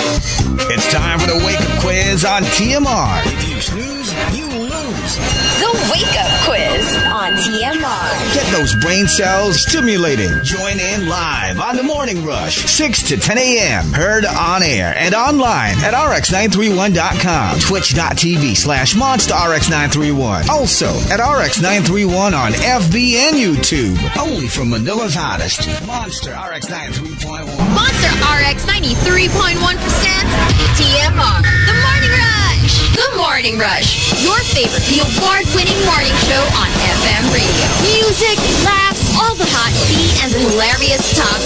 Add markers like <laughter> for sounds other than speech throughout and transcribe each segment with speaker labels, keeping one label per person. Speaker 1: It's time for the wake up quiz on TMR. If you snooze, you lose.
Speaker 2: The Wake Up Quiz on TMR.
Speaker 1: Get those brain cells stimulated. Join in live on the morning rush, 6 to 10 a.m. Heard on air and online at rx931.com, twitch.tv slash monsterrx931. Also at rx931 on FB and YouTube. Only from Manila's hottest, Monster RX93.1.
Speaker 2: Monster RX 93.1% TMR. The Morning Rush. The Morning Rush. Your favorite, the award winning morning show on FM radio. Music, laughs, all the hot tea, and the hilarious top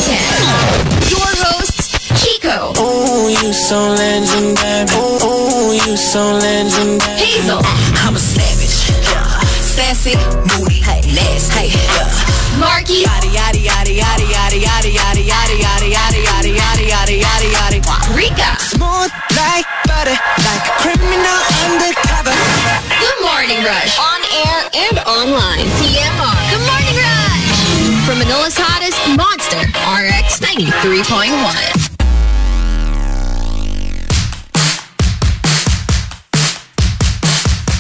Speaker 2: 10. Your hosts, Chico,
Speaker 3: Ooh, you so legendary. Ooh, ooh, you so legendary.
Speaker 2: Hazel,
Speaker 4: I'm a savage. Yeah. Sassy, moody, hey, nasty. Hey, yeah.
Speaker 2: Marky,
Speaker 4: Yada yada yada yada yada yada yada yada yada yada yada yada yada yada yada.
Speaker 2: Rika.
Speaker 3: Smooth like butter, like a criminal undercover.
Speaker 2: The Morning Rush. On air and online. TMR. The Morning Rush. From Manila's hottest monster, RX 93.1.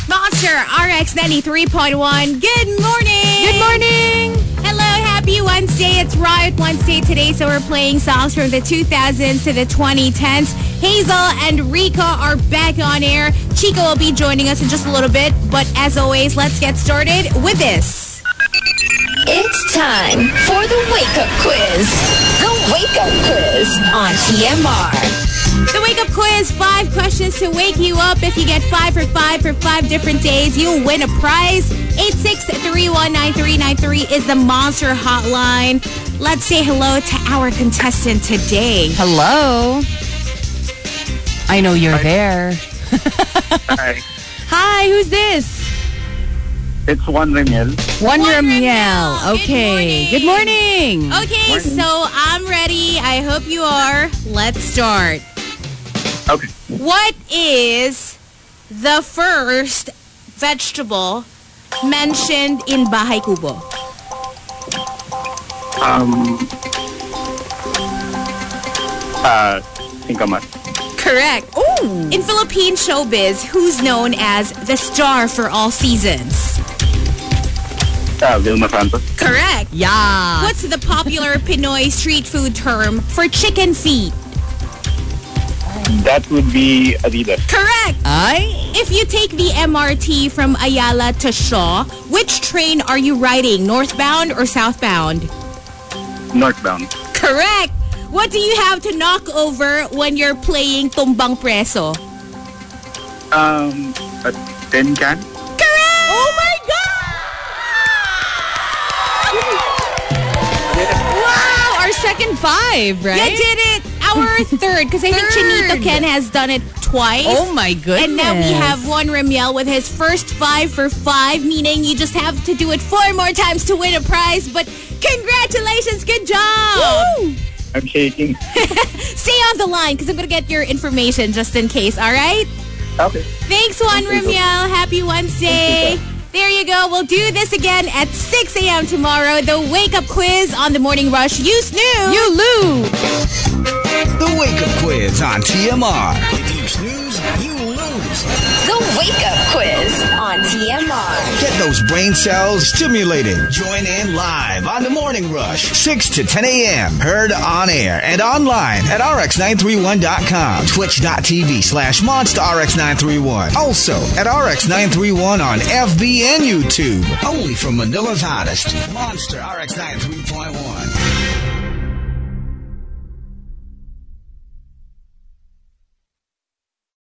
Speaker 5: Monster RX 93.1. Good morning. Good morning. Hello, happy Wednesday. It's Riot Wednesday today, so we're playing songs from the 2000s to the 2010s. Hazel and Rika are back on air. Chico will be joining us in just a little bit, but as always, let's get started with this.
Speaker 2: It's time for the Wake Up Quiz. The Wake Up Quiz on TMR.
Speaker 5: The Wake Up Quiz, five questions to wake you up. If you get five for five for five different days, you'll win a prize. 863-19393 is the Monster Hotline. Let's say hello to our contestant today.
Speaker 6: Hello. I know you're there.
Speaker 7: Hi,
Speaker 6: Hi, who's this?
Speaker 7: it's Juan Remiel.
Speaker 6: Juan
Speaker 5: Juan
Speaker 6: Ramiel.
Speaker 5: Ramiel. Oh, Good
Speaker 6: Oh, Okay.
Speaker 5: morning.
Speaker 6: Good morning.
Speaker 5: Okay,
Speaker 7: Morning.
Speaker 5: so I'm ready. I hope you are. Let's start.
Speaker 7: Okay,
Speaker 5: What is the first vegetable mentioned in Bahay Kubo?
Speaker 7: um, uh, Sinkamat.
Speaker 5: Correct. In Philippine showbiz, who's known as the star for all seasons?
Speaker 7: Uh, Vilma Santos.
Speaker 5: Correct.
Speaker 6: Yeah.
Speaker 5: What's the <laughs> popular Pinoy street food term for chicken feet?
Speaker 7: That would be Adidas.
Speaker 5: Correct.
Speaker 6: I?
Speaker 5: If you take the MRT from Ayala to Shaw, which train are you riding, northbound or southbound?
Speaker 7: Northbound.
Speaker 5: Correct. What do you have to knock over when you're playing tumbang preso?
Speaker 7: Um, a tin can.
Speaker 5: Correct! Oh my god! wow!
Speaker 6: Our second five, right?
Speaker 5: You did it! Our <laughs> third, because I think
Speaker 6: Third.
Speaker 5: Chinito Ken has done it twice.
Speaker 6: Oh my goodness.
Speaker 5: And now we have Juan Ramiel with his first five for five, meaning you just have to do it four more times to win a prize. But congratulations, good job!
Speaker 7: I'm shaking.
Speaker 5: Stay on the line because I'm going to get your information just in case, all right?
Speaker 7: Okay.
Speaker 5: Thanks, Juan
Speaker 7: Thank you.
Speaker 5: Ramiel. Happy Wednesday.
Speaker 7: Thank
Speaker 5: There you go. We'll do this again at 6 a.m. tomorrow. The wake up quiz on the morning rush. You snooze.
Speaker 6: You lose.
Speaker 1: The wake up quiz on TMR. If you snooze, you lose.
Speaker 2: The Wake Up Quiz on TMR.
Speaker 1: Get those brain cells stimulated. Join in live on the morning rush, 6 to 10 a.m. Heard on air and online at rx931.com, twitch.tv slash monsterrx931. Also at rx931 on FB and YouTube. Only from Manila's hottest, Monster RX 93.1.